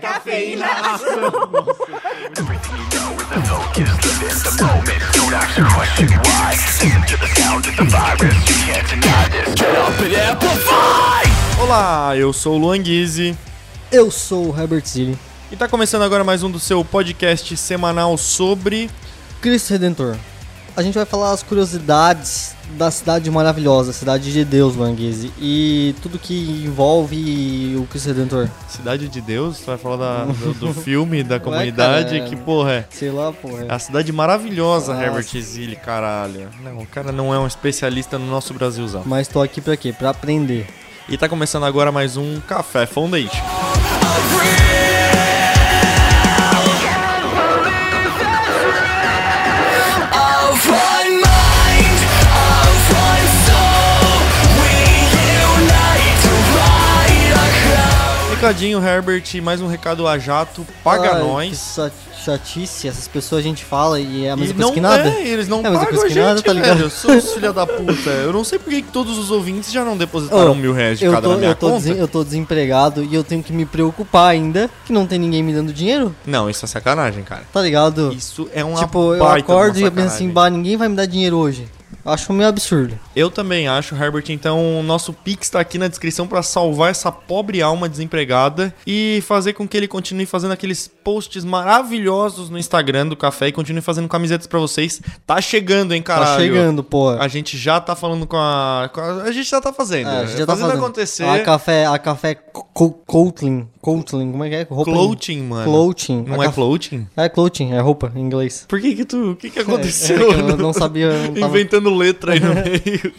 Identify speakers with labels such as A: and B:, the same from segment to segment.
A: cafeína.
B: Everything you know is the focus. Live in the moment. Don't ask the question why. Listen to the sound of the virus. You can't deny this. Turn up and amplify.
C: Olá, eu sou o Luan Guizzi
D: Eu sou o Herbert Zilli,
C: e tá começando agora mais um do seu podcast semanal sobre.
D: Cristo Redentor. A gente vai falar as curiosidades da cidade maravilhosa, cidade de Deus, Languese, e tudo que envolve o Cristo Redentor.
C: Cidade de Deus, você vai falar da- do, do filme, da comunidade,
D: cara, é.
C: que porra é.
D: Sei lá, porra.
C: É a cidade maravilhosa,
D: Nossa.
C: Herbert Zilli, caralho. Não, o cara não é um especialista no nosso Brasilzão.
D: Mas tô aqui pra quê? Pra aprender.
C: E tá começando agora mais um Café Foundation.
B: Of one mind, of one soul. We unite to ride a cloud.
C: Recadinho, Herbert, mais um recado a jato, paga
D: Ai, Que
C: nós.
D: sa- chatice, essas pessoas a gente fala e é a
C: E
D: mesma coisa
C: não
D: que nada.
C: é, eles não
D: É a mesma
C: pagam
D: coisa
C: a
D: que
C: gente,
D: nada, tá ligado?
C: velho. Seus filha da puta. Eu não sei por que que todos os ouvintes já não depositaram
D: Ô,
C: mil reais de
D: Oh, eu
C: cada
D: tô,
C: na minha
D: eu, tô
C: conta.
D: desen- eu tô desempregado e eu tenho que me preocupar ainda que não tem ninguém me dando dinheiro,
C: Não, isso é sacanagem, cara.
D: tá ligado?
C: Isso é um
D: tipo, eu acordo e eu penso assim, bah, ninguém vai me dar dinheiro hoje. Acho meio absurdo.
C: Eu também acho, Herbert. Então, o nosso Pix tá aqui na descrição pra salvar essa pobre alma desempregada e fazer com que ele continue fazendo aqueles posts maravilhosos no Instagram do Café e continue fazendo camisetas pra vocês. Tá chegando, hein, caralho.
D: Tá chegando, pô.
C: A gente já tá falando com a. com a- a gente já tá fazendo.
D: É, a gente já tá
C: fazendo,
D: fazendo.
C: acontecer.
D: A café, a café Coatling. Coatling, como é que é? Roupa em-
C: Clothing, mano.
D: Clothing.
C: Não
D: A
C: é
D: caf-
C: clothing?
D: É clothing, é roupa em inglês.
C: Por que que tu. O que que
D: É,
C: aconteceu?
D: que eu não sabia. eu não tava-
C: Inventando letra aí no meio.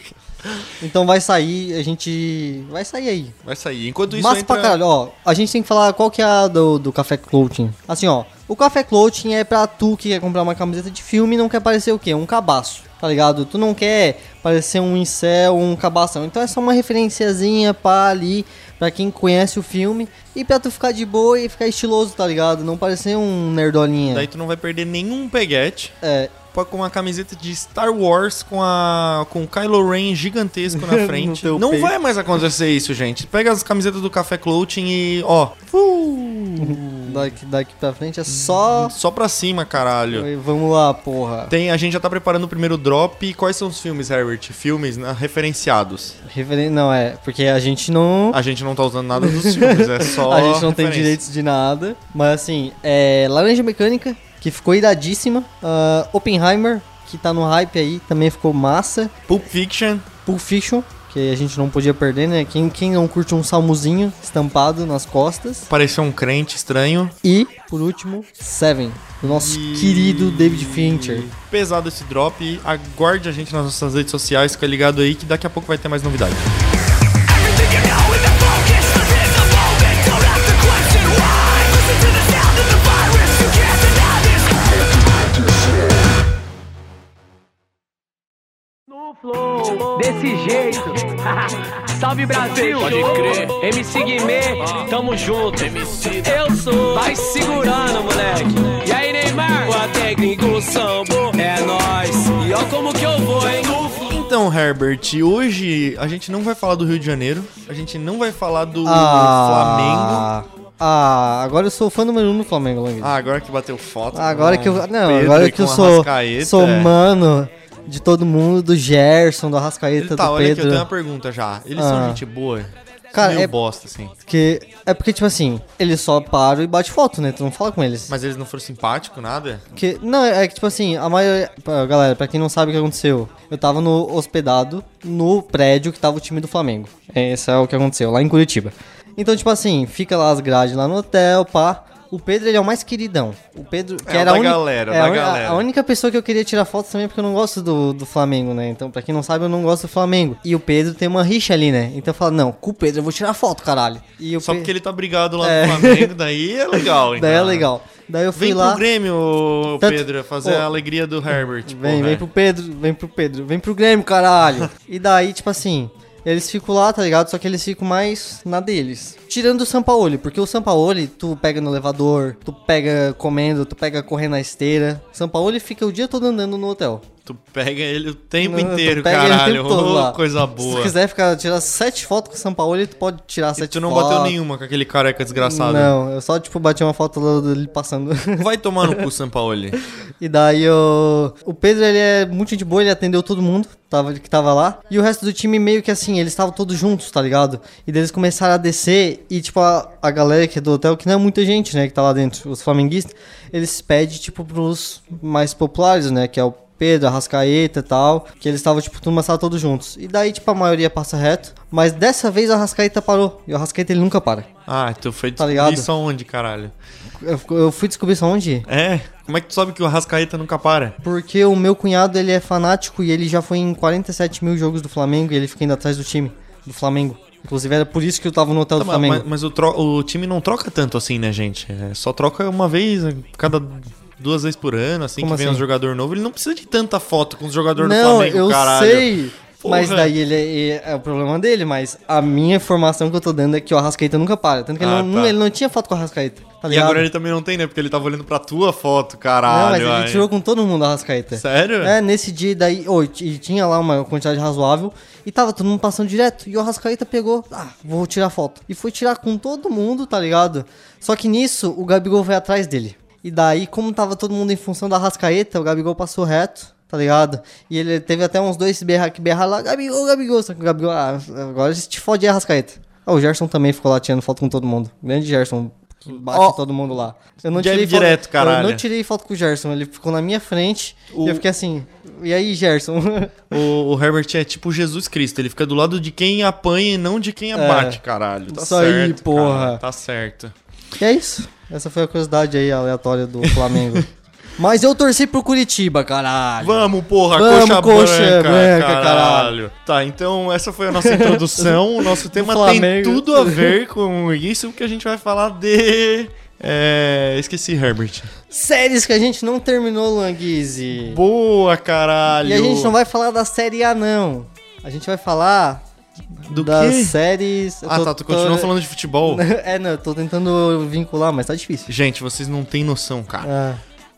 D: Então vai sair, a gente. Vai sair aí.
C: Vai sair. Enquanto isso,
D: Mas
C: entra...
D: pra caralho, ó, a gente tem que falar qual que é a do, do Café Clothing. Assim, ó, o Café Clothing é pra tu que quer comprar uma camiseta de filme e não quer parecer o quê? Um cabaço, tá ligado? Tu não quer parecer um incel, um cabação. Então é só uma referenciazinha pra ali, pra quem conhece o filme e pra tu ficar de boa e ficar estiloso, tá ligado? Não parecer um nerdolinha.
C: Daí tu não vai perder nenhum peguete.
D: É,
C: Pô, Com uma camiseta de Star Wars com a com o Kylo Ren gigantesco na
D: No
C: frente.
D: teu
C: não
D: peito.
C: vai mais acontecer isso, gente. Pega as camisetas do Café Clothing e, ó, uh,
D: daqui, daqui pra frente é só.
C: só pra cima, caralho.
D: Vamos lá, porra.
C: Tem, a gente já tá preparando o primeiro drop. Quais são os filmes, Herbert? Filmes né, referenciados.
D: Referen... Não, é, porque a gente não.
C: A gente não tá usando nada dos filmes, é só
D: a gente não tem
C: referência.
D: direitos de nada. Mas assim, é Laranja Mecânica, que ficou iradíssima. ah, Oppenheimer, que tá no hype aí, também ficou massa.
C: Pulp Fiction,
D: Pulp Fiction, que a gente não podia perder, né? Quem, quem não curte um salmozinho estampado nas costas.
C: pareceu um crente estranho.
D: E, por último, Seven, do nosso
C: E-
D: querido David Fincher.
C: Pesado esse drop. Aguarde a gente nas nossas redes sociais, fica ligado aí que daqui a pouco vai ter mais novidade.
B: Everything you know is the focus. Live in the moment. Don't ask the question why. Listen to the sound of the virus. You can't deny this.
E: desse jeito. Salve Brasil, pode crer. MC Guimê, tamo junto. Eu sou. Vai segurando, moleque. E aí, Neymar? O técnica, o sambo, é nóis. E ó como que eu vou, hein?
C: Então, Herbert, hoje a gente não vai falar do Rio de Janeiro, a gente não vai falar do Flamengo.
D: Ah, Ah, agora eu sou fã número um do Flamengo, Languinho.
C: Ah, agora que bateu foto.
D: Agora
C: com
D: que eu.
C: o
D: Não,
C: Um Pedro
D: agora
C: e
D: que eu
C: com o
D: sou.
C: Arrascaeta. é.
D: Sou mano de todo mundo, do Gerson, do Arrascaeta,
C: Tá,
D: do
C: olha que eu
D: Pedro.
C: tenho uma pergunta já. Eles
D: Ah.
C: são gente boa?
D: Cara,
C: Meio
D: é-
C: bosta, assim.
D: Porque. É porque, tipo assim, eles só param e bate foto, né? Tu não fala com eles.
C: Mas eles não foram simpáticos, nada?
D: Porque, não, é que, tipo assim, a maioria. Pô, Galera, pra quem não sabe o que aconteceu, eu tava no hospedado no prédio que tava o time do Flamengo. Esse é o que aconteceu, lá em Curitiba. Então, tipo assim, fica lá as grades lá no hotel, pá. O Pedro, ele é o mais queridão. O Pedro, que
C: É, o
D: era
C: da
D: a uni-
C: galera,
D: é,
C: da
D: a uni- a-
C: galera.
D: A única pessoa que eu queria tirar foto também, porque eu não gosto do, do Flamengo, né? Então, pra quem não sabe, eu não gosto do Flamengo. E o Pedro tem uma rixa ali, né? Então eu falo, não, com o Pedro eu vou tirar foto, caralho. E o
C: Só
D: Pe-
C: porque ele tá brigado lá
D: É.
C: no Flamengo, daí é legal, então.
D: Daí é legal. Daí eu fui
C: Vem
D: lá.
C: pro Grêmio, ô,
D: Tanto-
C: Pedro, fazer
D: Ô.
C: a alegria do Herbert.
D: Vem,
C: porra. é.
D: vem pro Pedro, vem pro Pedro, vem pro Grêmio, caralho. e daí, tipo assim, eles ficam lá, tá ligado? Só que eles ficam mais na deles. Tirando o Sampaoli, porque o Sampaoli, tu pega no elevador, tu pega comendo, tu pega correndo na esteira. O Sampaoli fica o dia todo andando no hotel.
C: Tu pega ele o tempo
D: Não, tu
C: inteiro,
D: pega ele o
C: caralho.
D: tempo todo
C: Ô,
D: lá.
C: coisa
D: Se
C: boa.
D: tu quiser ficar, tirar sete fotos com o São Paulo, tu pode tirar
C: E
D: sete
C: tu não
D: fotos.
C: bateu nenhuma com aquele careca desgraçado.
D: Não, eu só, tipo, bati uma foto lá dele passando.
C: Vai tomar no cu, Sampaoli.
D: E daí o, o Pedro, ele é muito gente boa, ele atendeu todo mundo tava, que tava lá. E o resto do time meio que assim, eles estavam todos juntos, tá ligado? E daí eles começaram a descer e tipo, a, a galera que é do hotel, que não é muita gente, né, que tá lá dentro, os flamenguistas, eles pedem tipo pros mais populares, né, que é o Pedro, Arrascaeta e tal, que eles estavam, tipo, numa sala todos juntos. E daí, tipo, a maioria passa reto, mas dessa vez a Arrascaeta parou. E o Arrascaeta, ele nunca para.
C: Ah, tu foi
D: Tá
C: descobrir
D: ligado?
C: isso aonde, caralho?
D: Eu, eu fui descobrir isso onde?
C: É? Como é que tu sabe que o Rascaeta nunca para?
D: Porque o meu cunhado ele é fanático e ele já foi em 47 mil jogos do Flamengo e ele fica indo atrás do time do Flamengo. Inclusive era por isso que eu tava no hotel
C: Tá,
D: do
C: mas-
D: Flamengo.
C: mas mas o, tro- o time não troca tanto assim, né, gente? É, só troca uma vez, a cada duas vezes por ano, assim,
D: Como
C: que vem
D: assim?
C: um jogador novo. Ele não precisa de tanta foto com os jogadores do
D: não,
C: Flamengo,
D: eu
C: caralho.
D: sei. Mas
C: Porra.
D: daí ele é, é o problema dele, mas a minha informação que eu tô dando é que o Arrascaeta nunca para. Tanto que ele,
C: Ah,
D: não,
C: tá.
D: ele não tinha foto com o Arrascaeta, tá
C: E
D: ligado?
C: agora ele também não tem, né? Porque ele tava olhando pra tua foto,
D: Não, mas
C: caralho.
D: ele
C: ai.
D: tirou com todo mundo a Rascaeta.
C: Sério?
D: É, nesse dia daí, ô, t- e tinha lá uma quantidade razoável e tava todo mundo passando direto. E o Rascaeta pegou, ah, vou tirar foto. E foi tirar com todo mundo, tá ligado? Só que nisso, o Gabigol veio atrás dele. E daí, como tava todo mundo em função da Rascaeta, o Gabigol passou reto. Tá ligado? E ele teve até uns dois berrar que berrar lá, Gabigol, Gabigol, só que o Gabigol, ah, agora se te fode a Rascaeta. Ah, o Gerson também ficou lá tirando foto com todo mundo. Grande Gerson, que bate
C: Ó,
D: todo mundo lá. Eu não
C: jab
D: tirei foto-
C: direto,
D: Eu
C: caralho.
D: não tirei foto com o Gerson, ele ficou na minha frente
C: O-
D: e eu fiquei assim, e aí, Gerson?
C: O, o Herbert é tipo Jesus Cristo, ele fica do lado de quem apanha e não de quem abate, caralho. Tá
D: É. Isso aí,
C: certo,
D: porra.
C: cara, tá certo.
D: e é isso. Essa foi a curiosidade aí aleatória do Flamengo. Mas eu torci pro Curitiba, caralho.
C: Vamos, porra,
D: Vamos,
C: coxa,
D: coxa
C: branca,
D: branca,
C: caralho. Tá, então essa foi a nossa introdução. O nosso tema tem
D: Flamengo.
C: tudo a ver com isso que a gente vai falar de... É, esqueci, Herbert.
D: Séries que a gente não terminou, Languise.
C: Boa, caralho.
D: E a gente não vai falar da série A, não. A gente vai falar
C: Do
D: das
C: quê?
D: séries. eu
C: Ah,
D: tô-
C: tá, tu continua
D: tô-
C: falando de futebol.
D: É, não, eu tô tentando vincular, mas tá difícil.
C: Gente, vocês não têm noção, cara.
D: Ah,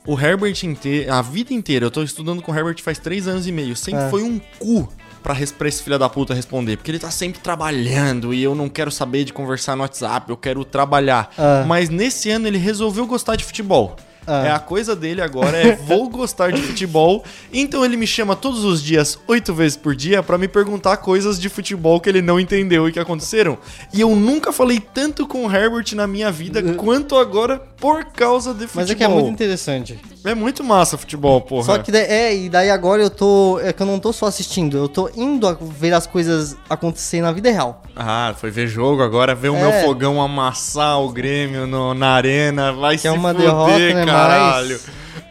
C: O Herbert inteiro, a vida inteira, eu tô estudando com o Herbert faz três anos e meio. Sempre
D: É.
C: foi um cu pra, res- pra esse filho da puta responder. Porque ele tá sempre trabalhando e eu não quero saber de conversar no WhatsApp, eu quero trabalhar.
D: É.
C: Mas nesse ano ele resolveu gostar de futebol.
D: É.
C: É a coisa dele agora, é vou gostar de futebol. Então ele me chama todos os dias, oito vezes por dia, pra me perguntar coisas de futebol que ele não entendeu e que aconteceram. E eu nunca falei tanto com o Herbert na minha vida quanto agora por causa de futebol.
D: mas é que é muito interessante.
C: É muito massa futebol, porra.
D: Só que daí- é, e daí agora eu tô. É que eu não tô só assistindo, eu tô indo a ver as coisas acontecer na vida real.
C: Ah, foi ver jogo agora, ver o
D: É.
C: meu fogão amassar o Grêmio no- na arena, vai se
D: é uma
C: fuder,
D: derrota, né, mas-
C: caralho.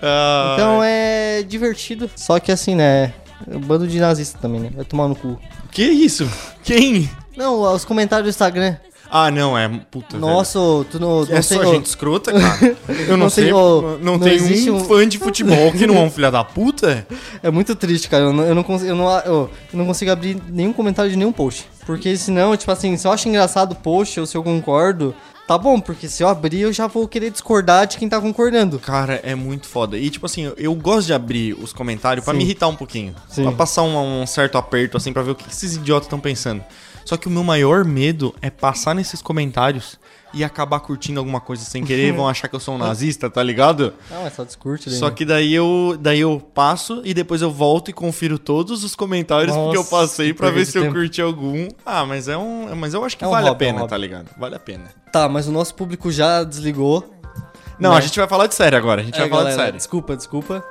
C: Ah,
D: Então é divertido. Só que assim, né? é um Bando de nazista também, né? Vai tomar no cu.
C: Que isso? Quem?
D: Não, os comentários do Instagram.
C: Ah, não, é... Puta,
D: Nossa, tu não,
C: velho.
D: não
C: É
D: sei.
C: só
D: ô,
C: gente escrota, cara. Eu não,
D: Não
C: sei,
D: sei, ô,
C: não,
D: não
C: tem
D: existe
C: um
D: um-
C: fã de futebol que não é um filho da puta?
D: É muito triste, cara. Eu não, eu, não consigo, eu, não, eu não consigo abrir nenhum comentário de nenhum post. Porque senão, tipo assim, se eu acho engraçado o post ou se eu concordo, tá bom, porque se eu abrir eu já vou querer discordar de quem tá concordando.
C: Cara, é muito foda. E, tipo assim, eu, eu gosto de abrir os comentários pra
D: Sim.
C: me irritar um pouquinho.
D: Sim.
C: Pra passar um, um certo aperto, assim, pra ver o que que esses idiotas estão pensando. Só que o meu maior medo é passar nesses comentários e acabar curtindo alguma coisa sem querer. vão achar que eu sou um nazista, tá ligado?
D: Não, é só discurso.
C: Só que daí eu, daí eu passo e depois eu volto e confiro todos os comentários porque eu
D: Nossa,
C: passei
D: que
C: pra
D: perda
C: ver
D: de
C: se eu
D: tempo.
C: curti algum. Ah, mas é um. Mas eu acho que
D: É um
C: vale a
D: hobby, é um
C: pena,
D: hobby.
C: tá ligado? Vale a pena.
D: Tá, mas o nosso público já desligou.
C: Não,
D: Né?
C: a gente vai falar de série agora. A gente vai
D: É,
C: falar
D: galera,
C: de série.
D: Desculpa, desculpa.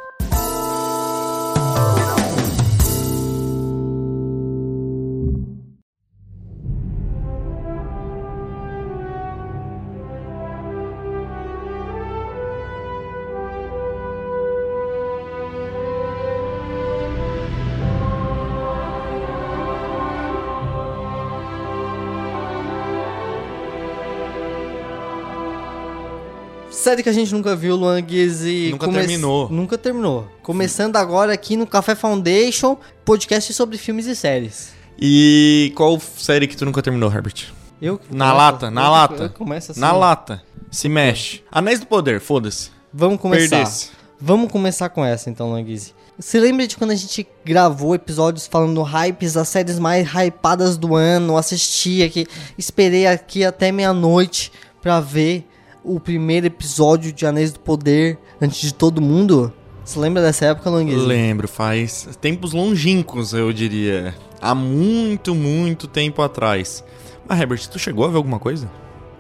D: Série que a gente nunca viu, Luan Guizzi.
C: Nunca terminou.
D: Nunca terminou. Começando agora aqui no Café Foundation, podcast sobre filmes e séries.
C: E qual série que tu nunca terminou, Herbert?
D: Eu que
C: Na
D: começo-
C: lata, na
D: eu que-
C: lata.
D: Eu começo assim.
C: Na lata. Se mexe. Anéis do Poder, foda-se.
D: Vamos começar.
C: Perdesse.
D: Vamos começar com essa então, Languise. Você lembra de quando a gente gravou episódios falando hypes das séries mais hypadas do ano? Assisti aqui, esperei aqui até meia-noite pra ver o primeiro episódio de Anéis do Poder antes de todo mundo? Você lembra dessa época, Languise?
C: Lembro, faz tempos longínquos, eu diria. Há muito, muito tempo atrás. Mas, Herbert, tu chegou a ver alguma coisa?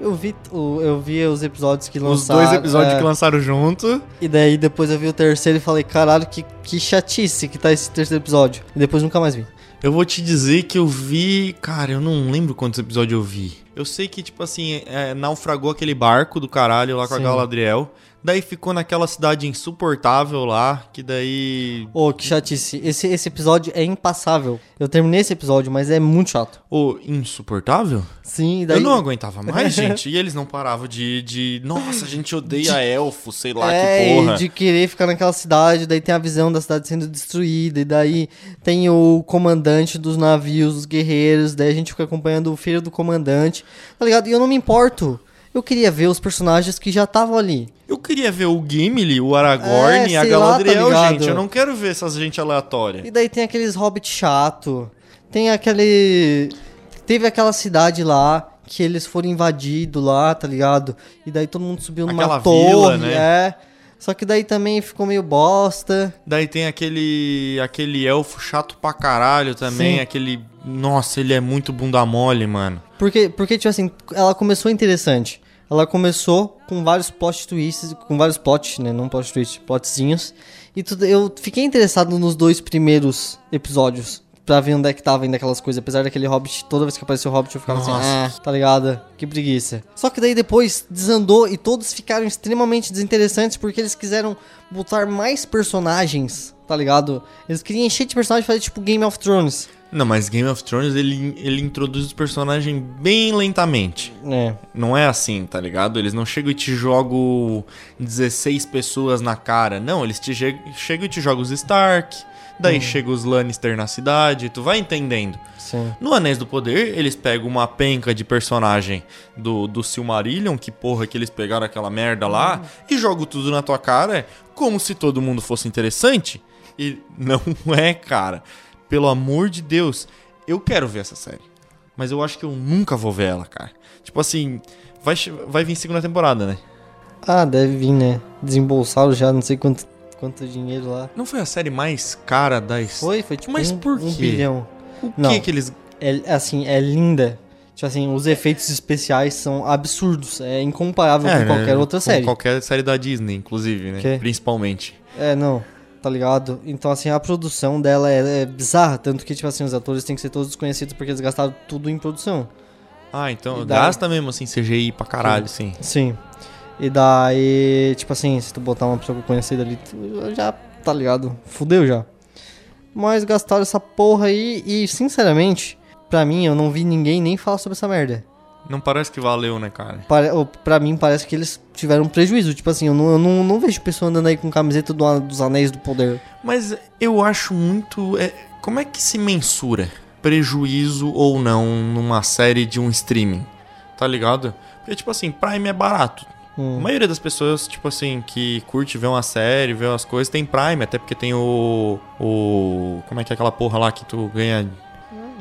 D: Eu vi, o- eu vi os episódios que
C: Os
D: lançaram.
C: dois episódios
D: é,
C: que lançaram junto.
D: E daí depois eu vi o terceiro e falei, caralho, que, que chatice que tá esse terceiro episódio. E depois nunca mais vi.
C: Eu vou te dizer que eu vi. Cara, eu não lembro quantos episódios eu vi. Eu sei que, tipo assim, é, naufragou aquele barco do caralho lá com
D: Sim.
C: a Galadriel. Daí ficou naquela cidade insuportável lá, que daí.
D: Ô, que chatice. Esse, esse episódio é impassável. Eu terminei esse episódio, mas é muito chato.
C: Ô, insuportável?
D: Sim, e daí.
C: Eu não aguentava mais, gente. E eles não paravam de. de... Nossa, a gente odeia elfo, sei lá
D: é,
C: que
D: e
C: porra.
D: de querer ficar naquela cidade, daí tem a visão da cidade sendo destruída, e daí tem o comandante dos navios, os guerreiros, daí a gente fica acompanhando o filho do comandante, tá ligado? E eu não me importo. Eu queria ver os personagens que já estavam ali.
C: Eu queria ver o Gimli, o Aragorn
D: É,
C: e a
D: sei lá, tá
C: Galadriel,
D: ligado?
C: gente. Eu não quero ver essas gente aleatória.
D: E daí tem aqueles hobbit chato. Tem aquele. Teve aquela cidade lá que eles foram invadidos lá, tá ligado? E daí todo mundo subiu numa
C: Aquela
D: torre,
C: vila, né?
D: é. Só que daí também ficou meio bosta.
C: Daí tem aquele aquele elfo chato pra caralho também,
D: Sim.
C: aquele, nossa, ele é muito bunda mole, mano.
D: Porque, porque, tipo assim, ela começou interessante. Ela começou com vários plot twists, com vários plots, né? Não plot twists, plotzinhos. E tudo, eu fiquei interessado nos dois primeiros episódios. Pra ver onde é que tava ainda aquelas coisas. Apesar daquele Hobbit, toda vez que apareceu o Hobbit eu ficava assim,
C: Nossa.
D: ah, tá ligado? Que preguiça. Só que daí depois desandou e todos ficaram extremamente desinteressantes porque eles quiseram botar mais personagens, tá ligado? Eles queriam encher de personagens e fazer tipo Game of Thrones.
C: Não, mas Game of Thrones ele, ele introduz os personagens bem lentamente.
D: né
C: Não é assim, tá ligado? Eles não chegam e te jogam 16 pessoas na cara. Não, eles te che- chegam e te jogam os Stark, daí chega os Lannister na cidade, tu vai entendendo.
D: Sim.
C: No Anéis do Poder, eles pegam uma penca de personagem do, do Silmarillion, que porra que eles pegaram aquela merda lá,
D: Uhum.
C: e jogam tudo na tua cara, como se todo mundo fosse interessante. E não é, cara. Pelo amor de Deus, eu quero ver essa série. Mas eu acho que eu nunca vou ver ela, cara. Tipo assim, vai, che- vai vir segunda temporada, né?
D: Ah, deve vir, né? Desembolsaram já não sei quanto, quanto dinheiro lá.
C: Não foi a série mais cara da história?
D: Foi, foi tipo
C: Mas
D: um,
C: por
D: um
C: quê?
D: bilhão.
C: O
D: Não.
C: que que eles...
D: É, assim, é linda. Tipo assim, os efeitos especiais são absurdos. É incomparável com
C: né?
D: qualquer outra
C: Com
D: série.
C: Qualquer série da Disney, inclusive, né?
D: Que?
C: Principalmente.
D: É, não. Tá ligado? Então, assim, a produção dela é, é bizarra. Tanto que, tipo assim, os atores têm que ser todos desconhecidos porque eles gastaram tudo em produção.
C: Ah, então
D: E daí-
C: gasta mesmo assim CGI pra caralho, sim.
D: Sim. E daí, tipo assim, se tu botar uma pessoa conhecida ali, tu já tá ligado, fudeu já. Mas gastaram essa porra aí e, sinceramente, pra mim, eu não vi ninguém nem falar sobre essa merda.
C: Não parece que valeu, né, cara?
D: Para, ou, pra mim, parece que eles tiveram prejuízo. Tipo assim, eu não, eu não, não vejo pessoa andando aí com camiseta do, a- dos Anéis do Poder.
C: Mas eu acho muito. é, como é que se mensura prejuízo ou não numa série de um streaming? Tá ligado? Porque, tipo assim, Prime é barato.
D: Hum.
C: A maioria das pessoas, tipo assim, que curte ver uma série, ver umas coisas, tem Prime, até porque tem o. o como é que é aquela porra lá que tu ganha.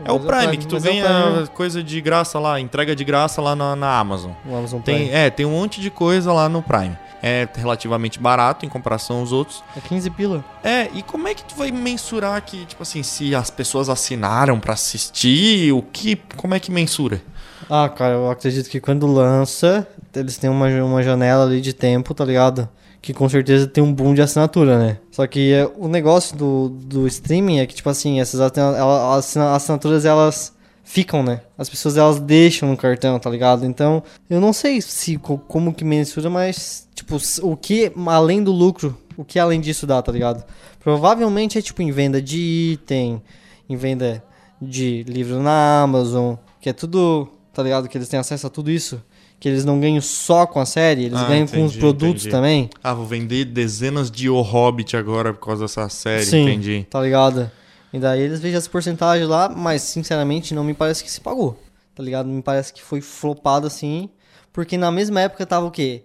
C: É o
D: mas é o
C: Prime,
D: Prime,
C: que tu
D: mas é o
C: ganha
D: Prime.
C: coisa de graça lá, entrega de graça lá na- na Amazon.
D: O Amazon Prime.
C: Tem, é, tem um monte de coisa lá no Prime. É relativamente barato em comparação aos outros.
D: É 15 pila.
C: É, e como é que tu vai mensurar que, tipo assim, se as pessoas assinaram pra assistir, o que, como é que mensura?
D: Ah, cara, eu acredito que quando lança, eles têm uma, uma janela ali de tempo, tá ligado? Que com certeza tem um boom de assinatura, né? Só que é, o negócio do, do streaming é que, tipo assim, essas assina- ela- assina- assinaturas, elas ficam, né? As pessoas, elas deixam no cartão, tá ligado? Então, eu não sei se co- como que mensura, mas, tipo, s- o que, além do lucro, o que além disso dá, tá ligado? Provavelmente é, tipo, em venda de item, em venda de livro na Amazon, que é tudo, tá ligado? Que eles têm acesso a tudo isso. Que eles não ganham só com a série, eles
C: Ah,
D: ganham com os
C: entendi,
D: produtos
C: entendi.
D: também.
C: Ah, vou vender dezenas de O Hobbit agora por causa dessa série, É, entendi.
D: Tá ligado? E daí eles vejam essa porcentagem lá, mas sinceramente não me parece que se pagou. Tá ligado? Me parece que foi flopado assim. Porque na mesma época tava o quê?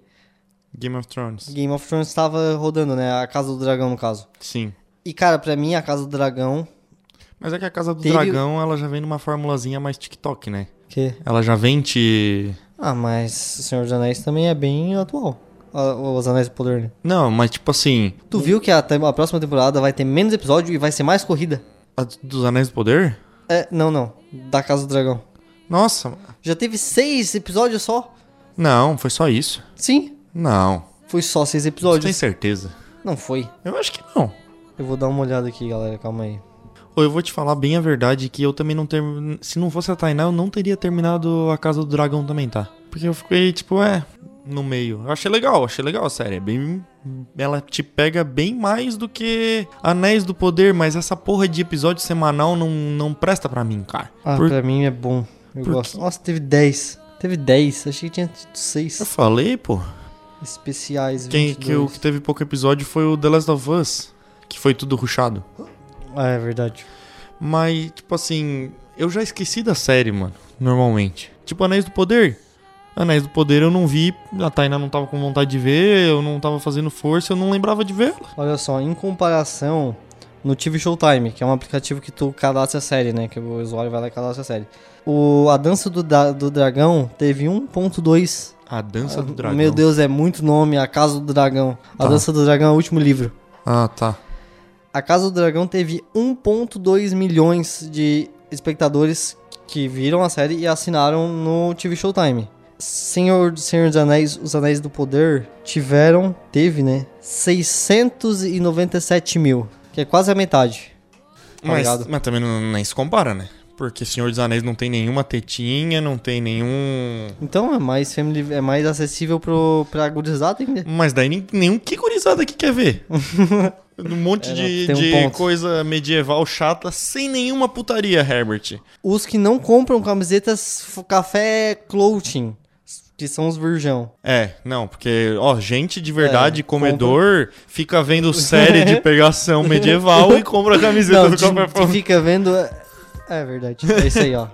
C: Game of Thrones.
D: Game of Thrones tava rodando, né? A Casa do Dragão, no caso.
C: Sim.
D: E, cara, pra mim, a Casa do Dragão.
C: Mas é que a Casa do
D: Teve-
C: Dragão, ela já vem numa formulazinha mais TikTok, né?
D: Que?
C: Ela já vem te...
D: Ah, mas O Senhor dos Anéis também é bem atual. Ah, Os Anéis do Poder, né?
C: Não, mas tipo assim...
D: Tu viu que a, tem- a próxima temporada vai ter menos episódio e vai ser mais corrida?
C: a dos Anéis do Poder?
D: É, não, não. Da Casa do Dragão.
C: Nossa...
D: Já teve seis episódios só?
C: Não, foi só isso.
D: Sim.
C: Não.
D: Foi só seis
C: Você tem
D: episódios.
C: certeza?
D: Não foi.
C: Eu acho que não.
D: Eu vou dar uma olhada aqui, galera. Calma aí.
C: Ou eu vou te falar bem a verdade que eu também não terminei. Se não fosse a Tainá, eu não teria terminado a Casa do Dragão também, tá? Porque eu fiquei, tipo, é, no meio. Eu achei legal, achei legal a série. É bem. Ela te pega bem mais do que Anéis do Poder, mas essa porra de episódio semanal não, não presta pra mim, cara.
D: Ah,
C: Por-
D: pra mim é bom. Eu
C: por
D: gosto.
C: quê?
D: Nossa, teve 10. Teve 10. Achei que tinha tido
C: Eu
D: 6
C: falei, pô.
D: especiais.
C: Quem, que o
D: 22.
C: que teve pouco episódio foi o The Last of Us, que foi tudo ruchado.
D: Ah, é verdade.
C: Mas, tipo assim, eu já esqueci da série, mano, normalmente. Tipo, Anéis do Poder. Anéis do Poder eu não vi, a Tainá não tava com vontade de ver, eu não tava fazendo força, eu não lembrava de ver.
D: Olha só, em comparação no TV Showtime, que é um aplicativo que tu cadastra a série, né? Que o usuário vai lá e cadastra a série. O, a Dança do, Da- do Dragão teve 1.2.
C: A Dança do Dragão.
D: Ah, Meu Deus, é muito nome. A Casa do Dragão. A
C: Tá.
D: Dança do Dragão é o último livro.
C: Ah, tá.
D: A Casa do Dragão teve 1.2 milhões de espectadores que viram a série e assinaram no TV Showtime. Senhor, Senhor dos Anéis, Os Anéis do Poder tiveram, teve, né? 697 mil, que é quase a metade.
C: Mas,
D: Obrigado.
C: mas também não, nem se compara, né? Porque Senhor dos Anéis não tem nenhuma tetinha, não tem nenhum...
D: Então é mais, family, é mais acessível pro, pra gurizada ainda.
C: Mas daí nem- nenhum que gurizada aqui quer ver. Um monte
D: É,
C: de,
D: tem um
C: de
D: ponto.
C: coisa medieval chata sem nenhuma putaria, Herbert.
D: Os que não compram camisetas f- café clothing, que são os virgão.
C: É, não, porque, ó, gente de verdade,
D: É,
C: comedor, fica vendo série de pegação medieval e compra a camiseta
D: Não,
C: do
D: tu,
C: Café
D: tu
C: Fantástico.
D: fica vendo... é- É verdade, é isso aí, ó.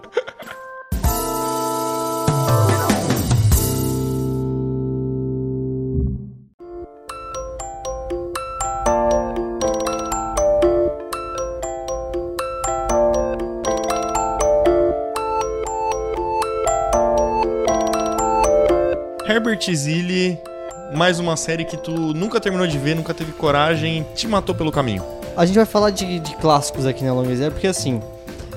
C: Herbert Zilli, mais uma série que tu nunca terminou de ver, nunca teve coragem, te matou pelo caminho.
D: A gente vai falar de, de clássicos aqui na Longa porque assim,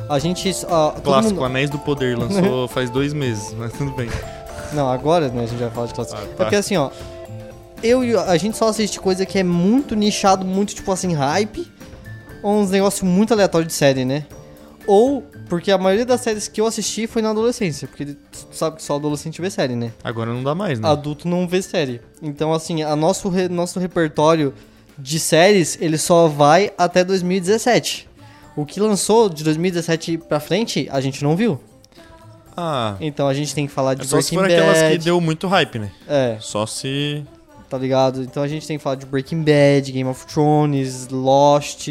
D: a gente. ah, todo
C: Clássico,
D: mundo-
C: Anéis do Poder, lançou faz dois meses, mas tudo bem.
D: Não, agora né, a gente vai falar de clássicos.
C: Ah, tá.
D: É porque assim, ó. Eu e a gente só assiste coisa que é muito nichado, muito tipo assim, hype, ou uns negócios muito aleatórios de série, né? Ou porque a maioria das séries que eu assisti foi na adolescência, porque tu sabe que só adolescente vê série, né?
C: Agora não dá mais, né?
D: Adulto não vê série. Então, assim, a nosso, re- nosso repertório de séries, ele só vai até 2017. O que lançou de 2017 pra frente, a gente não viu.
C: Ah,
D: Então a gente tem que falar de
C: é só se
D: Breaking
C: for
D: Bad.
C: aquelas que deu muito hype, né?
D: É,
C: Só se...
D: tá ligado? Então a gente tem que falar de Breaking Bad, Game of Thrones, Lost,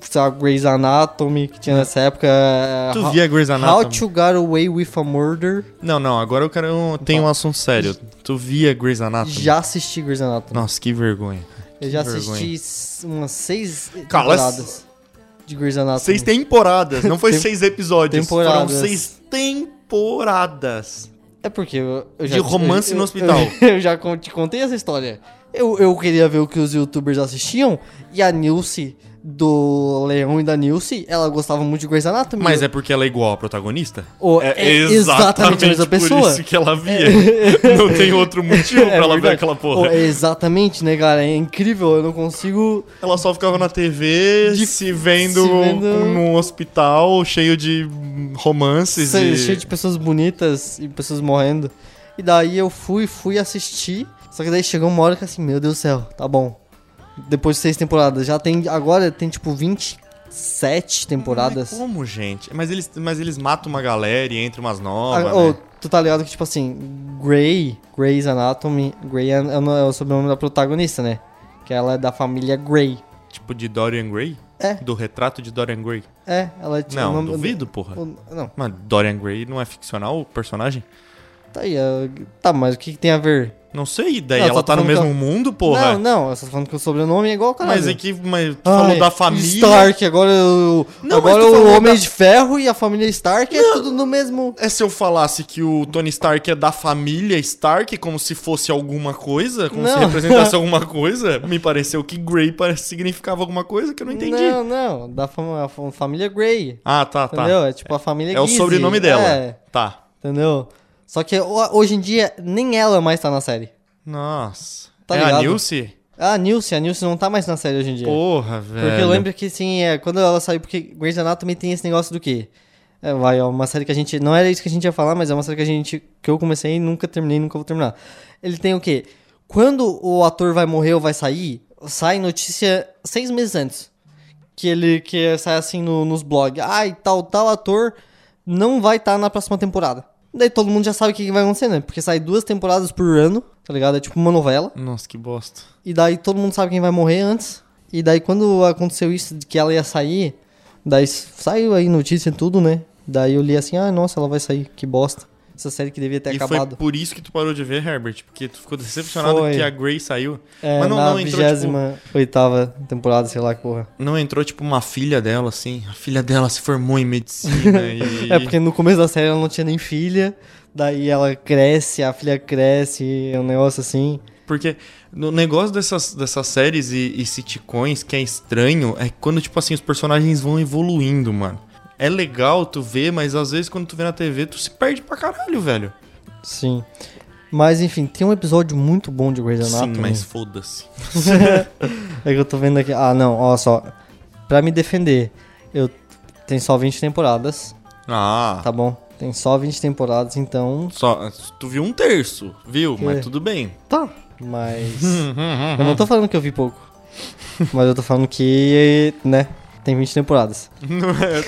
D: sabe, Grey's Anatomy, que tinha nessa época.
C: É.
D: É,
C: Tu
D: How-
C: via Grey's
D: Ah, How
C: Anatomy?
D: to Get Away with a Murder.
C: Não, não, agora eu quero... Tem um assunto sério. Tu via Grey's Anatomy?
D: Já assisti Grey's Anatomy.
C: Nossa, que vergonha.
D: Eu já
C: Que
D: assisti
C: vergonha.
D: s- umas seis
C: Cala essa-
D: temporadas de Grey's Anatomy.
C: Seis temporadas, não foi
D: Tem-
C: seis episódios.
D: temporadas.
C: Foram seis temporadas.
D: É porque eu, eu
C: De
D: já...
C: romance
D: eu-
C: no
D: eu-
C: hospital.
D: Eu, já con- te contei essa história. Eu, eu queria ver o que os youtubers assistiam e a Nilce, do Leão e da Nilce, ela gostava muito de Grey's Anatomy.
C: Mas
D: Eu-
C: é porque ela é igual à protagonista?
D: Ô, é exatamente a mesma
C: por
D: pessoa.
C: isso que ela via. Não tem outro motivo pra
D: É
C: ela ver
D: verdade.
C: aquela
D: Ô,
C: porra.
D: é exatamente, né, cara? É incrível, eu não consigo...
C: Ela só ficava na TV,
D: De-
C: se vendo,
D: se vendo-
C: com- num hospital cheio de hum, romances
D: Sei,
C: e...
D: Cheio de pessoas bonitas e pessoas morrendo. E daí eu fui, fui assistir. Só que daí chegou uma hora que assim, meu Deus do céu, tá bom. Depois de seis temporadas. Já tem. Agora tem tipo 27
C: Mas
D: temporadas.
C: Como, gente? Mas eles, mas eles matam uma galera e entram umas
D: Ah,
C: novas,
D: ô,
C: né?
D: tu tá ligado que, tipo assim, Grey, Grey's Anatomy, Grey é, é o no- é o sobrenome da protagonista, né? Que ela é da família Grey.
C: Tipo de Dorian Gray?
D: É.
C: Do retrato de Dorian Gray?
D: É, ela é tipo. o
C: Não,
D: nome-
C: duvido, porra.
D: o- Não,
C: Mas Dorian Gray não é ficcional o personagem?
D: tá aí. é, Tá, mas o que, que tem a ver?
C: Não sei, daí
D: Não, só
C: ela
D: tô
C: tá no
D: falando que
C: mesmo
D: ela-
C: mundo, porra.
D: Não, não, eu só tô falando que o sobrenome é igual, cara.
C: Mas é que mas tu falou da família.
D: Stark, agora o,
C: Não, mas
D: agora
C: tu falou
D: o Homem
C: da-
D: de Ferro e a família Stark é tudo no mesmo.
C: É se eu falasse que o Tony Stark é da família Stark, como se fosse alguma coisa, como se
D: Não.
C: representasse alguma coisa, me pareceu que Grey pare- significava alguma coisa que eu não entendi.
D: Não, não, da fam- a fam- família Grey.
C: Ah, tá, tá.
D: Entendeu? É tipo a família
C: É o
D: Gizzy,
C: sobrenome dela.
D: É,
C: Tá.
D: entendeu? Só que ho- hoje em dia nem ela mais tá na série.
C: Nossa.
D: Tá
C: é a
D: ligado?
C: Nilce?
D: A Nilce, a Nilce não tá mais na série hoje em dia.
C: Porra,
D: Porque
C: velho.
D: eu lembro que, assim, é, quando ela saiu, porque Grey's Anatomy tem esse negócio do quê? É, vai, é uma série que a gente. Não era isso que a gente ia falar, mas é uma série que a gente. que eu comecei e nunca terminei, nunca vou terminar. Ele tem o quê? Quando o ator vai morrer ou vai sair, sai notícia seis meses antes. Que ele que sai assim no- nos blogs. Ai, tal, tal ator não vai estar na próxima temporada. Daí todo mundo já sabe o que que vai acontecer, né? Porque sai duas temporadas por ano, tá ligado? É tipo uma novela.
C: Nossa, que bosta.
D: E daí todo mundo sabe quem vai morrer antes. E daí quando aconteceu isso de que ela ia sair, daí s- saiu aí notícia e tudo, né? Daí eu li assim, ah, nossa, ela vai sair, que bosta. Essa série que devia ter
C: e foi
D: acabado.
C: por isso que tu parou de ver, Herbert, porque tu ficou decepcionado
D: Foi.
C: que a Grey saiu.
D: É,
C: Mas não,
D: na
C: não entrou, tipo,
D: 28ª temporada, sei lá, que porra.
C: não entrou, tipo, uma filha dela, assim. A filha dela se formou em medicina e...
D: É porque no começo da série ela não tinha nem filha, daí ela cresce, a filha cresce, é um negócio assim.
C: Porque no negócio dessas, dessas séries e, e sitcoms que é estranho é quando, tipo assim, os personagens vão evoluindo, mano. É legal tu ver, mas às vezes quando tu vê na TV, tu se perde pra caralho, velho.
D: Sim. Mas enfim, tem um episódio muito bom de Grey's Anatomy.
C: Sim, mas foda-se.
D: É que eu tô vendo aqui. Ah, não, ó só. Pra me defender, eu tem só 20 temporadas,
C: Ah,
D: tá bom? Tem só 20 temporadas, então.
C: só, tu viu um terço, viu? Mas tudo bem.
D: Tá. Mas. eu não tô falando que eu vi pouco. mas eu tô falando que. né? Tem 20 temporadas.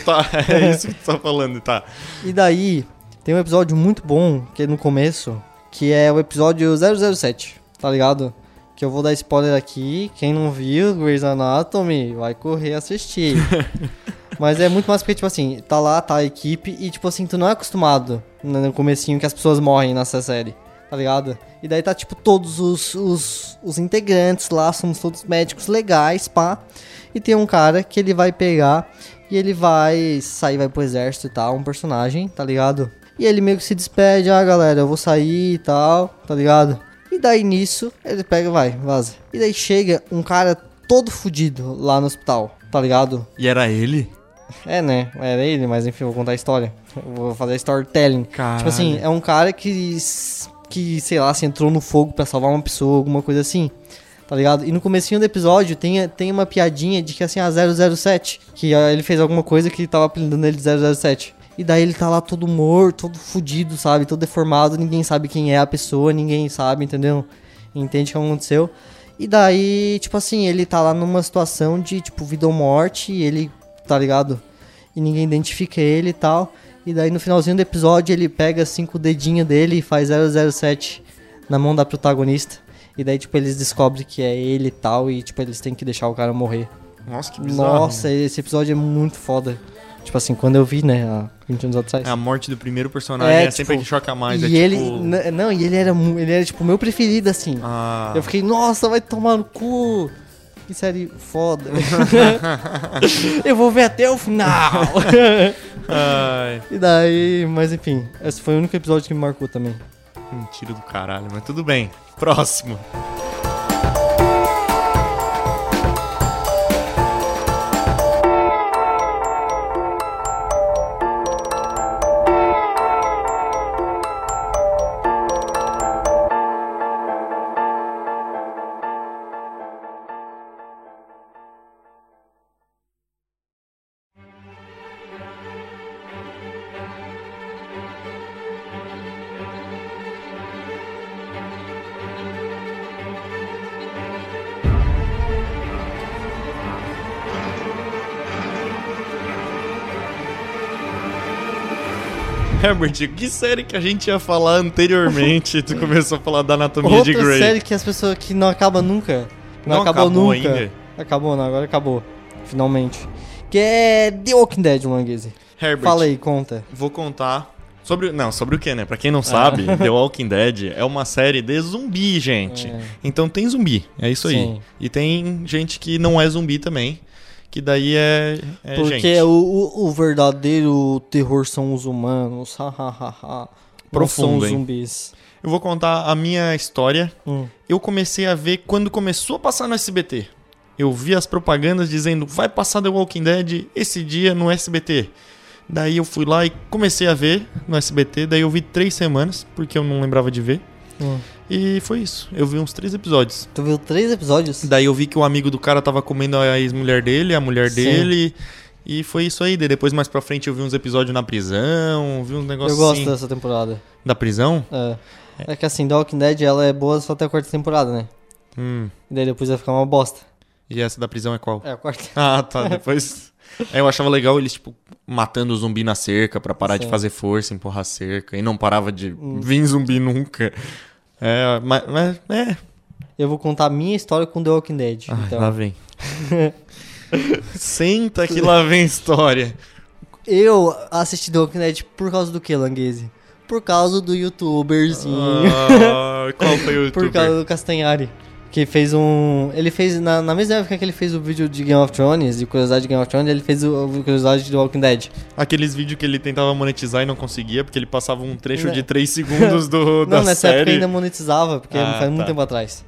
C: tá, é isso que tu tá falando, tá.
D: E daí, tem um episódio muito bom, que é no começo, que é o episódio 007, tá ligado? Que eu vou dar spoiler aqui, quem não viu Grey's Anatomy vai correr assistir. Mas é muito mais porque, tipo assim, tá lá, tá a equipe, e tipo assim, tu não é acostumado né, no comecinho que as pessoas morrem nessa série, tá ligado? E daí tá, tipo, todos os, os, os integrantes lá, somos todos médicos legais, pá. E tem um cara que ele vai pegar e ele vai sair, vai pro exército e tal, um personagem, tá ligado? E ele meio que se despede, ah galera, eu vou sair e tal, tá ligado? E daí nisso, ele pega e vai, vaza. E daí chega um cara todo fudido lá no hospital, tá ligado?
C: E era ele?
D: É, né? Era ele, mas enfim, eu vou contar a história. Eu vou fazer storytelling.
C: Caralho.
D: Tipo assim, é um cara que. s- que, sei lá, se entrou no fogo pra salvar uma pessoa, alguma coisa assim. Tá ligado? E no comecinho do episódio tem, tem uma piadinha de que assim, ah, 007. Que ah, ele fez alguma coisa que tava apelidando ele de 007. E daí ele tá lá todo morto, todo fudido, sabe? Todo deformado, ninguém sabe quem é a pessoa, ninguém sabe, entendeu? Entende o que aconteceu. E daí, tipo assim, ele tá lá numa situação de, tipo, vida ou morte, e ele, tá ligado? e ninguém identifica ele e tal. E daí no finalzinho do episódio ele pega assim, cinco dedinhos dele e faz 007 na mão da protagonista. E daí, tipo, eles descobrem que é ele e tal, e tipo, eles têm que deixar o cara morrer.
C: Nossa, que bizarro.
D: Nossa, esse episódio é muito foda. Tipo assim, quando eu vi, né, há 20 anos atrás.
C: É a morte do primeiro personagem, é, sempre a
D: tipo,
C: que choca mais.
D: E
C: é
D: ele.
C: tipo-
D: n- Não, e ele era, mu- ele era tipo o meu preferido, assim.
C: Ah,
D: Eu fiquei, nossa, vai tomar no cu. Que série foda. eu vou ver até o final.
C: ai,
D: E daí, mas enfim, esse foi o único episódio que me marcou também.
C: mentira do caralho, mas tudo bem. Próximo. Herbert, que série que a gente ia falar anteriormente? tu começou a falar da Anatomia
D: Outra
C: de Grey.
D: série que as pessoas que não acaba nunca. Não,
C: Não
D: acabou,
C: acabou
D: nunca.
C: ainda?
D: Acabou, não, agora acabou. Finalmente. Que é The Walking Dead, Manguese.
C: Herbert,
D: Fala aí, conta.
C: vou contar Sobre, não, sobre o que, né? Pra quem
D: Ah.
C: não sabe, The Walking Dead é uma série de zumbi, gente. Então tem zumbi, é isso aí.
D: É. Sim.
C: E tem gente que não é zumbi também, que daí é, é
D: Porque
C: gente.
D: o, o- o verdadeiro terror são os humanos. Ha, ha, ha, ha. Não
C: Profundo,
D: são os
C: hein?
D: zumbis.
C: Eu vou contar a minha história.
D: Hum.
C: Eu comecei a ver quando começou a passar no SBT. Eu vi as propagandas dizendo vai passar The Walking Dead esse dia no SBT. Daí eu fui lá e comecei a ver no SBT. Daí eu vi três semanas, porque eu não lembrava de ver.
D: Hum.
C: E foi isso. Eu vi uns três episódios.
D: Tu viu três episódios?
C: Daí eu vi que o amigo do cara tava comendo a ex-mulher dele, a mulher
D: Sim.
C: dele. E foi isso aí. Daí depois, mais pra frente, eu vi uns episódios na prisão, vi uns
D: Eu
C: negócios
D: gosto
C: assim.
D: dessa temporada.
C: Da prisão?
D: É. É que assim, The Walking Dead ela é boa só até a quarta temporada, né?
C: Hum.
D: E daí depois vai ficar uma bosta.
C: E essa da prisão é qual?
D: É, a quarta.
C: Ah, tá. Depois. É, eu achava legal eles, tipo, matando o zumbi na cerca pra parar de
D: Sim. Hum.
C: fazer força, empurrar a cerca. E não parava de vir zumbi nunca. É, mas. mas é.
D: Eu vou contar a minha história com The Walking Dead.
C: Ai,
D: então.
C: Ah, lá vem. Senta que lá vem história.
D: Eu assisti The Walking Dead por causa do que, Languese? Por causa do youtuberzinho.
C: Ah, qual foi o
D: Hum. por
C: youtuber?
D: causa do Castanhari. Que fez um. Ele fez. Na, na mesma época que ele fez o vídeo de Game of Thrones, de curiosidade de Game of Thrones, ele fez o, o curiosidade de The Walking Dead.
C: Aqueles vídeos que ele tentava monetizar e não conseguia, porque ele passava um trecho
D: Né?
C: de 3 segundos do, da
D: Não, nessa época
C: série.
D: ainda monetizava, porque
C: Ah,
D: faz muito
C: tá.
D: tempo atrás.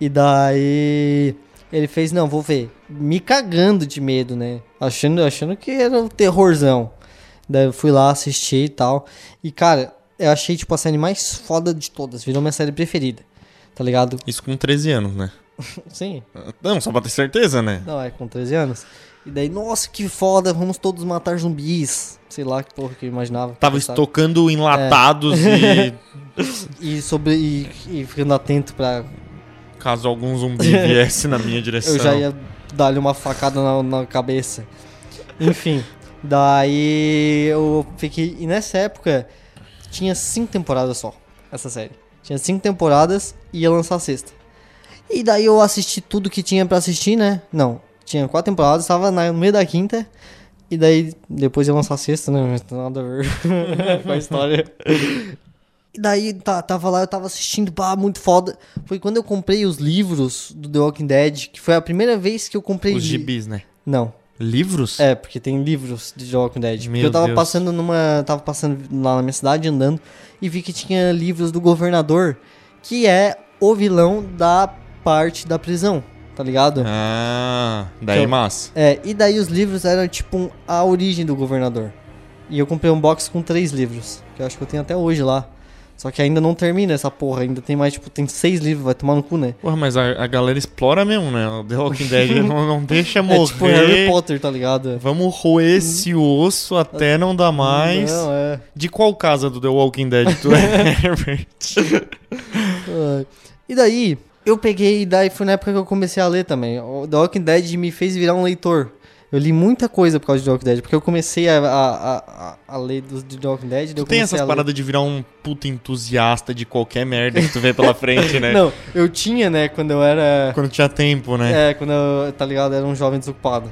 D: E daí ele fez, não, vou ver. Me cagando de medo, né? Achando, achando que era um terrorzão. Daí eu fui lá assistir e tal. E, cara, eu achei, tipo, a série mais foda de todas. Virou minha série preferida. Tá ligado?
C: Isso com 13 anos, né?
D: Sim.
C: Não, só pra ter certeza, né?
D: Não, é com 13 anos. E daí, nossa, que foda, vamos todos matar zumbis. Sei lá que porra que eu imaginava.
C: Tava
D: sabe?
C: estocando enlatados e
D: E, sobre, e, e ficando atento pra
C: caso algum zumbi viesse na minha direção.
D: Eu já ia dar-lhe uma facada na, na cabeça. Enfim, daí eu fiquei. E nessa época tinha cinco temporadas só, essa série. Tinha cinco temporadas e ia lançar a sexta. E daí eu assisti tudo que tinha pra assistir, né? Não, tinha quatro temporadas, estava na- no meio da quinta. E daí depois ia lançar a sexta, né? Mas nada a ver com a história. E daí tá- tava lá, eu tava assistindo, pá, muito foda. Foi quando eu comprei os livros do The Walking Dead, que foi a primeira vez que eu comprei.
C: Os
D: li-
C: gibis, né?
D: Não.
C: Livros?
D: É, porque tem livros de The Walking Dead. Porque
C: Meu
D: eu tava
C: Deus.
D: passando numa. Tava passando lá na minha cidade andando e vi que tinha livros do governador, que é o vilão da parte da prisão, tá ligado?
C: É. Ah, daí
D: Então-
C: massa.
D: É, e daí os livros eram tipo um- a origem do governador. E eu comprei um box com três livros, que eu acho que eu tenho até hoje lá. Só que ainda não termina essa porra, ainda tem mais, tipo, tem seis livros, vai tomar no cu, né?
C: Porra, mas a, a galera explora mesmo, né? O The Walking Dead não, não deixa morrer.
D: É tipo Harry Potter, tá ligado?
C: Vamos roer esse osso até não dar mais.
D: Não, é.
C: De qual casa do The Walking Dead tu é, Herbert?
D: Ai. E daí, eu peguei, e daí foi na época que eu comecei a ler também. O The Walking Dead me fez virar um leitor. Eu li muita coisa por causa de The Walking Dead, porque eu comecei a, a, a- a, a ler dos de The Walking Dead. daí
C: Tu tem
D: eu comecei
C: essas
D: a ler.
C: paradas de virar um puta entusiasta de qualquer merda que tu vê pela frente, né?
D: Não, eu tinha, né, quando eu era.
C: Quando tinha tempo, né?
D: É, quando eu, tá ligado, era um jovem desocupado.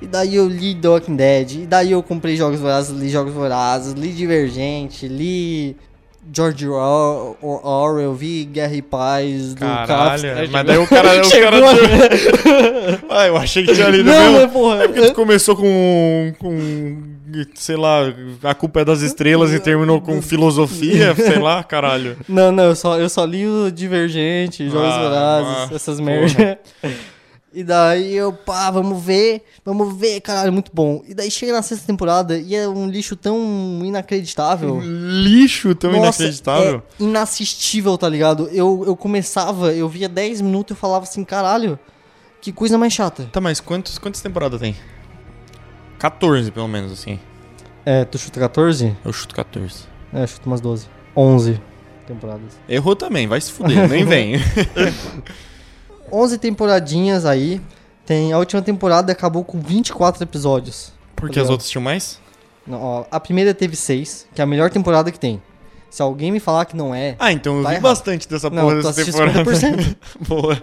D: E daí eu li The Walking Dead, e daí eu comprei Jogos Vorazes, li Jogos Vorazes, li Divergente, li George Or- Or- Orwell, vi Guerra e Paz é, do
C: Caralho,
D: Kafka.
C: mas daí o cara. O cara ah, eu achei que tinha lido
D: Não,
C: mesmo. É
D: mas porra.
C: Porque tu começou com, com. sei lá, a culpa é das estrelas e terminou com filosofia, sei lá, caralho.
D: Não, não, eu só, eu só li o Divergente, Jogos
C: Ah,
D: Vorazes,
C: ah,
D: essas merda. E daí eu, pá, vamos ver, vamos ver, caralho, muito bom. E daí chega na sexta temporada e é um lixo tão inacreditável.
C: Lixo tão
D: Nossa,
C: inacreditável.
D: É inassistível, tá ligado? Eu, eu começava, eu via 10 minutos e eu falava assim, caralho, que coisa mais chata.
C: Tá, mas quantos, quantas temporadas tem? 14, pelo menos, assim.
D: É, tu chuta 14?
C: Eu chuto 14.
D: É, chuta umas 12. 11 temporadas.
C: Errou também, vai se fuder, nem vem.
D: 11 temporadinhas aí. Tem, a última temporada acabou com 24 episódios.
C: Porque as outras tinham mais?
D: Não, ó, a primeira teve 6, que é a melhor temporada que tem. Se alguém me falar que não é.
C: Ah, então eu
D: Tá
C: vi
D: errado.
C: bastante dessa
D: Não,
C: porra
D: tu
C: dessa
D: assistiu
C: temporada.
D: 50%.
C: Boa.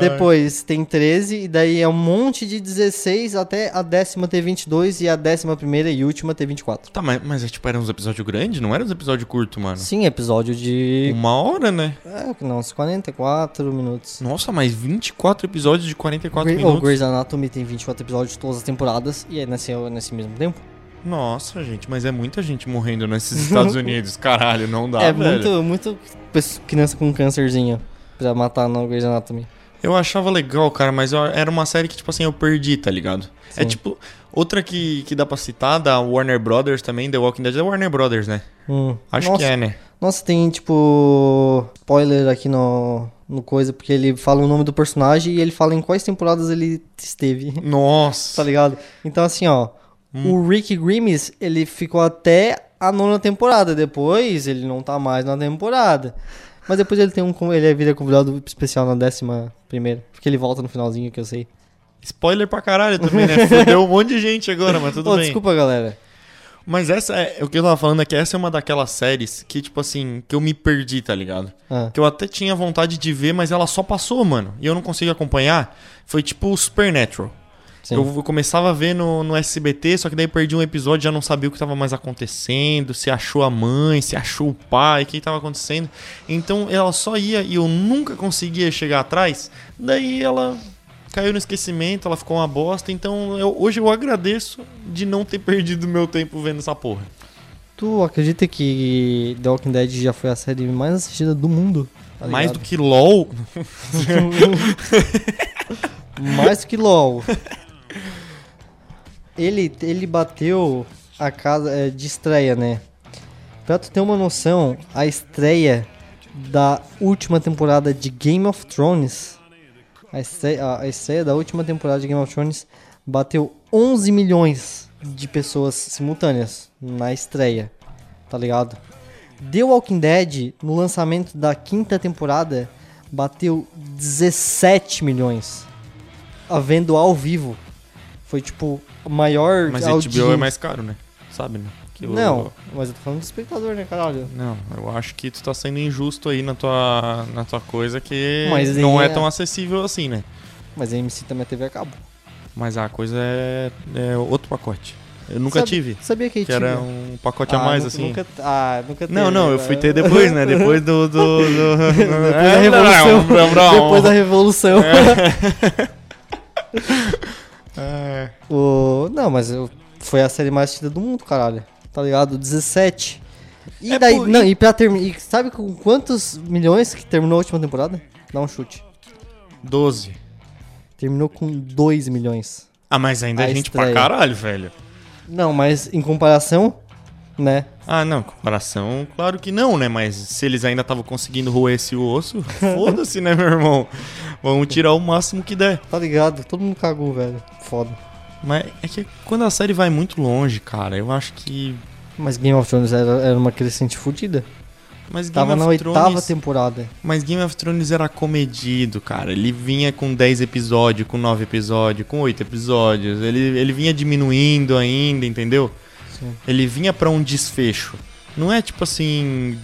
D: Depois tem 13, e daí é um monte de 16 até a décima ter 22 e a décima primeira e última ter 24.
C: Tá, mas, mas é, tipo, era uns episódios grandes, não era uns episódios curtos, mano.
D: Sim, episódio de.
C: Uma hora, né?
D: É, não, uns 44 minutos.
C: Nossa, mas 24 episódios de 44
D: Grey- O
C: minutos.
D: Grey's Anatomy tem 24 episódios todas as temporadas e é nesse, nesse mesmo tempo.
C: Nossa, gente, mas é muita gente morrendo nesses Estados Unidos, caralho, não dá,
D: é
C: Tá, velho.
D: muito, muito pes- criança com câncerzinho pra matar no Grey's Anatomy.
C: Eu achava legal, cara, mas eu- era uma série que, tipo assim, eu perdi, tá ligado? É
D: Sim.
C: tipo, outra que, que dá pra citar, da Warner Brothers também, The Walking Dead, é Warner Brothers, né?
D: Hum.
C: Acho
D: Nossa,
C: que é, né?
D: Nossa, tem tipo. spoiler aqui no, no coisa, porque ele fala o nome do personagem e ele fala em quais temporadas ele esteve.
C: Nossa.
D: Tá ligado? Então, assim, ó.
C: Hum.
D: O Rick Grimes, ele ficou até a nona temporada. Depois, ele não tá mais na temporada. Mas depois ele tem um. con- Ele vira convidado especial na décima primeira. Porque ele volta no finalzinho, que eu sei.
C: Spoiler pra caralho também, né? Fudeu um monte de gente agora, mas tudo
D: Ô,
C: bem.
D: desculpa, galera.
C: Mas essa é. O que eu tava falando é que essa é uma daquelas séries que, tipo assim, que eu me perdi, tá ligado?
D: Ah.
C: Que eu até tinha vontade de ver, mas ela só passou, mano. E eu não consegui acompanhar. Foi tipo o Supernatural.
D: Sim.
C: Eu começava a ver no, no SBT, só que daí perdi um episódio, já não sabia o que tava mais acontecendo, se achou a mãe, se achou o pai, o que tava acontecendo. Então ela só ia e eu nunca conseguia chegar atrás. Daí ela caiu no esquecimento, ela ficou uma bosta. Então eu- hoje eu agradeço de não ter perdido meu tempo vendo essa porra.
D: Tu acredita que The Walking Dead já foi a série mais assistida do mundo? Tá
C: mais do
D: ligado?
C: que LOL.
D: Mais do que LOL. Ele, ele bateu a casa é, de estreia, né? Pra tu ter uma noção, a estreia da última temporada de Game of Thrones. A estreia, a- a estreia da última temporada de Game of Thrones bateu 11 milhões de pessoas simultâneas na estreia. Tá ligado? The Walking Dead, no lançamento da quinta temporada, bateu 17 milhões. A vendo ao vivo. Foi tipo a maior
C: Mas
D: audiência.
C: HBO é mais caro, né? Sabe, né? Que o-
D: Não, mas eu tô falando do espectador, né, caralho?
C: Não, eu acho que tu tá sendo injusto aí na tua, na tua coisa que
D: Mas
C: não
D: aí
C: é
D: é-
C: tão acessível assim, né?
D: Mas a MC também é TV a cabo.
C: Mas a coisa é, é outro pacote. Eu nunca
D: Sabe-
C: tive.
D: Sabia que,
C: Que
D: tinha.
C: era um pacote a
D: Ah,
C: mais,
D: nu-
C: assim.
D: Nunca, ah, nunca
C: Não,
D: teve,
C: não, eu
D: né?
C: fui ter depois, né? Depois do. do, do... É, depois
D: Depois da revolução. Depois da revolução. É. O... Não, mas eu... foi a série mais assistida do mundo, caralho. Tá ligado? 17. E
C: É
D: daí.
C: por-
D: Não, e pra terminar. Sabe com quantos milhões que terminou a última temporada? Dá um chute.
C: 12.
D: Terminou com 2 milhões.
C: Ah, mas ainda
D: A
C: é gente pra
D: estreia.
C: caralho, velho.
D: Não, mas em comparação, né?
C: Ah, não, comparação, claro que não, né? Mas se eles ainda estavam conseguindo roer esse osso, foda-se, né, meu irmão? Vamos tirar o máximo que der.
D: Tá ligado? Todo mundo cagou, velho. Foda.
C: Mas é que quando a série vai muito longe, cara, eu acho que.
D: Mas Game of Thrones era, era uma crescente fodida.
C: Mas Game
D: Tava
C: of
D: na
C: Thrones-
D: oitava temporada.
C: Mas Game of Thrones era comedido, cara. Ele vinha com 10 episódios, com 9 episódios, com 8 episódios. Ele, ele vinha diminuindo ainda, entendeu?
D: Sim.
C: Ele vinha pra um desfecho. Não é tipo assim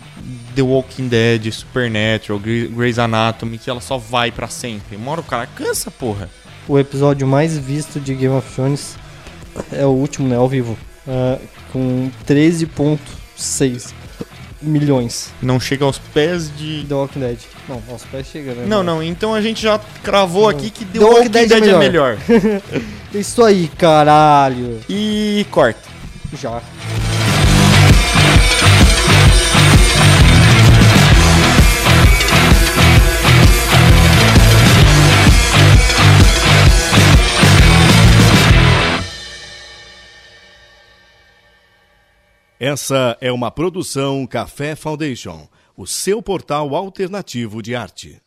C: The Walking Dead, Supernatural, Grey- Grey's Anatomy, que ela só vai pra sempre. Uma hora o cara cansa, porra.
D: O episódio mais visto de Game of Thrones é o último, né? Ao vivo. Ah, com 13,6 milhões
C: Não chega aos pés de.
D: de The Walking Dead. Não, nosso pé chega, né?
C: Não, não, então a gente já cravou aqui que The,
D: The
C: Walking,
D: Walking
C: Dead,
D: Dead é
C: é melhor.
D: Isso aí, caralho.
C: e corta.
D: Já.
A: Essa é uma produção Café Foundation, o seu portal alternativo de arte.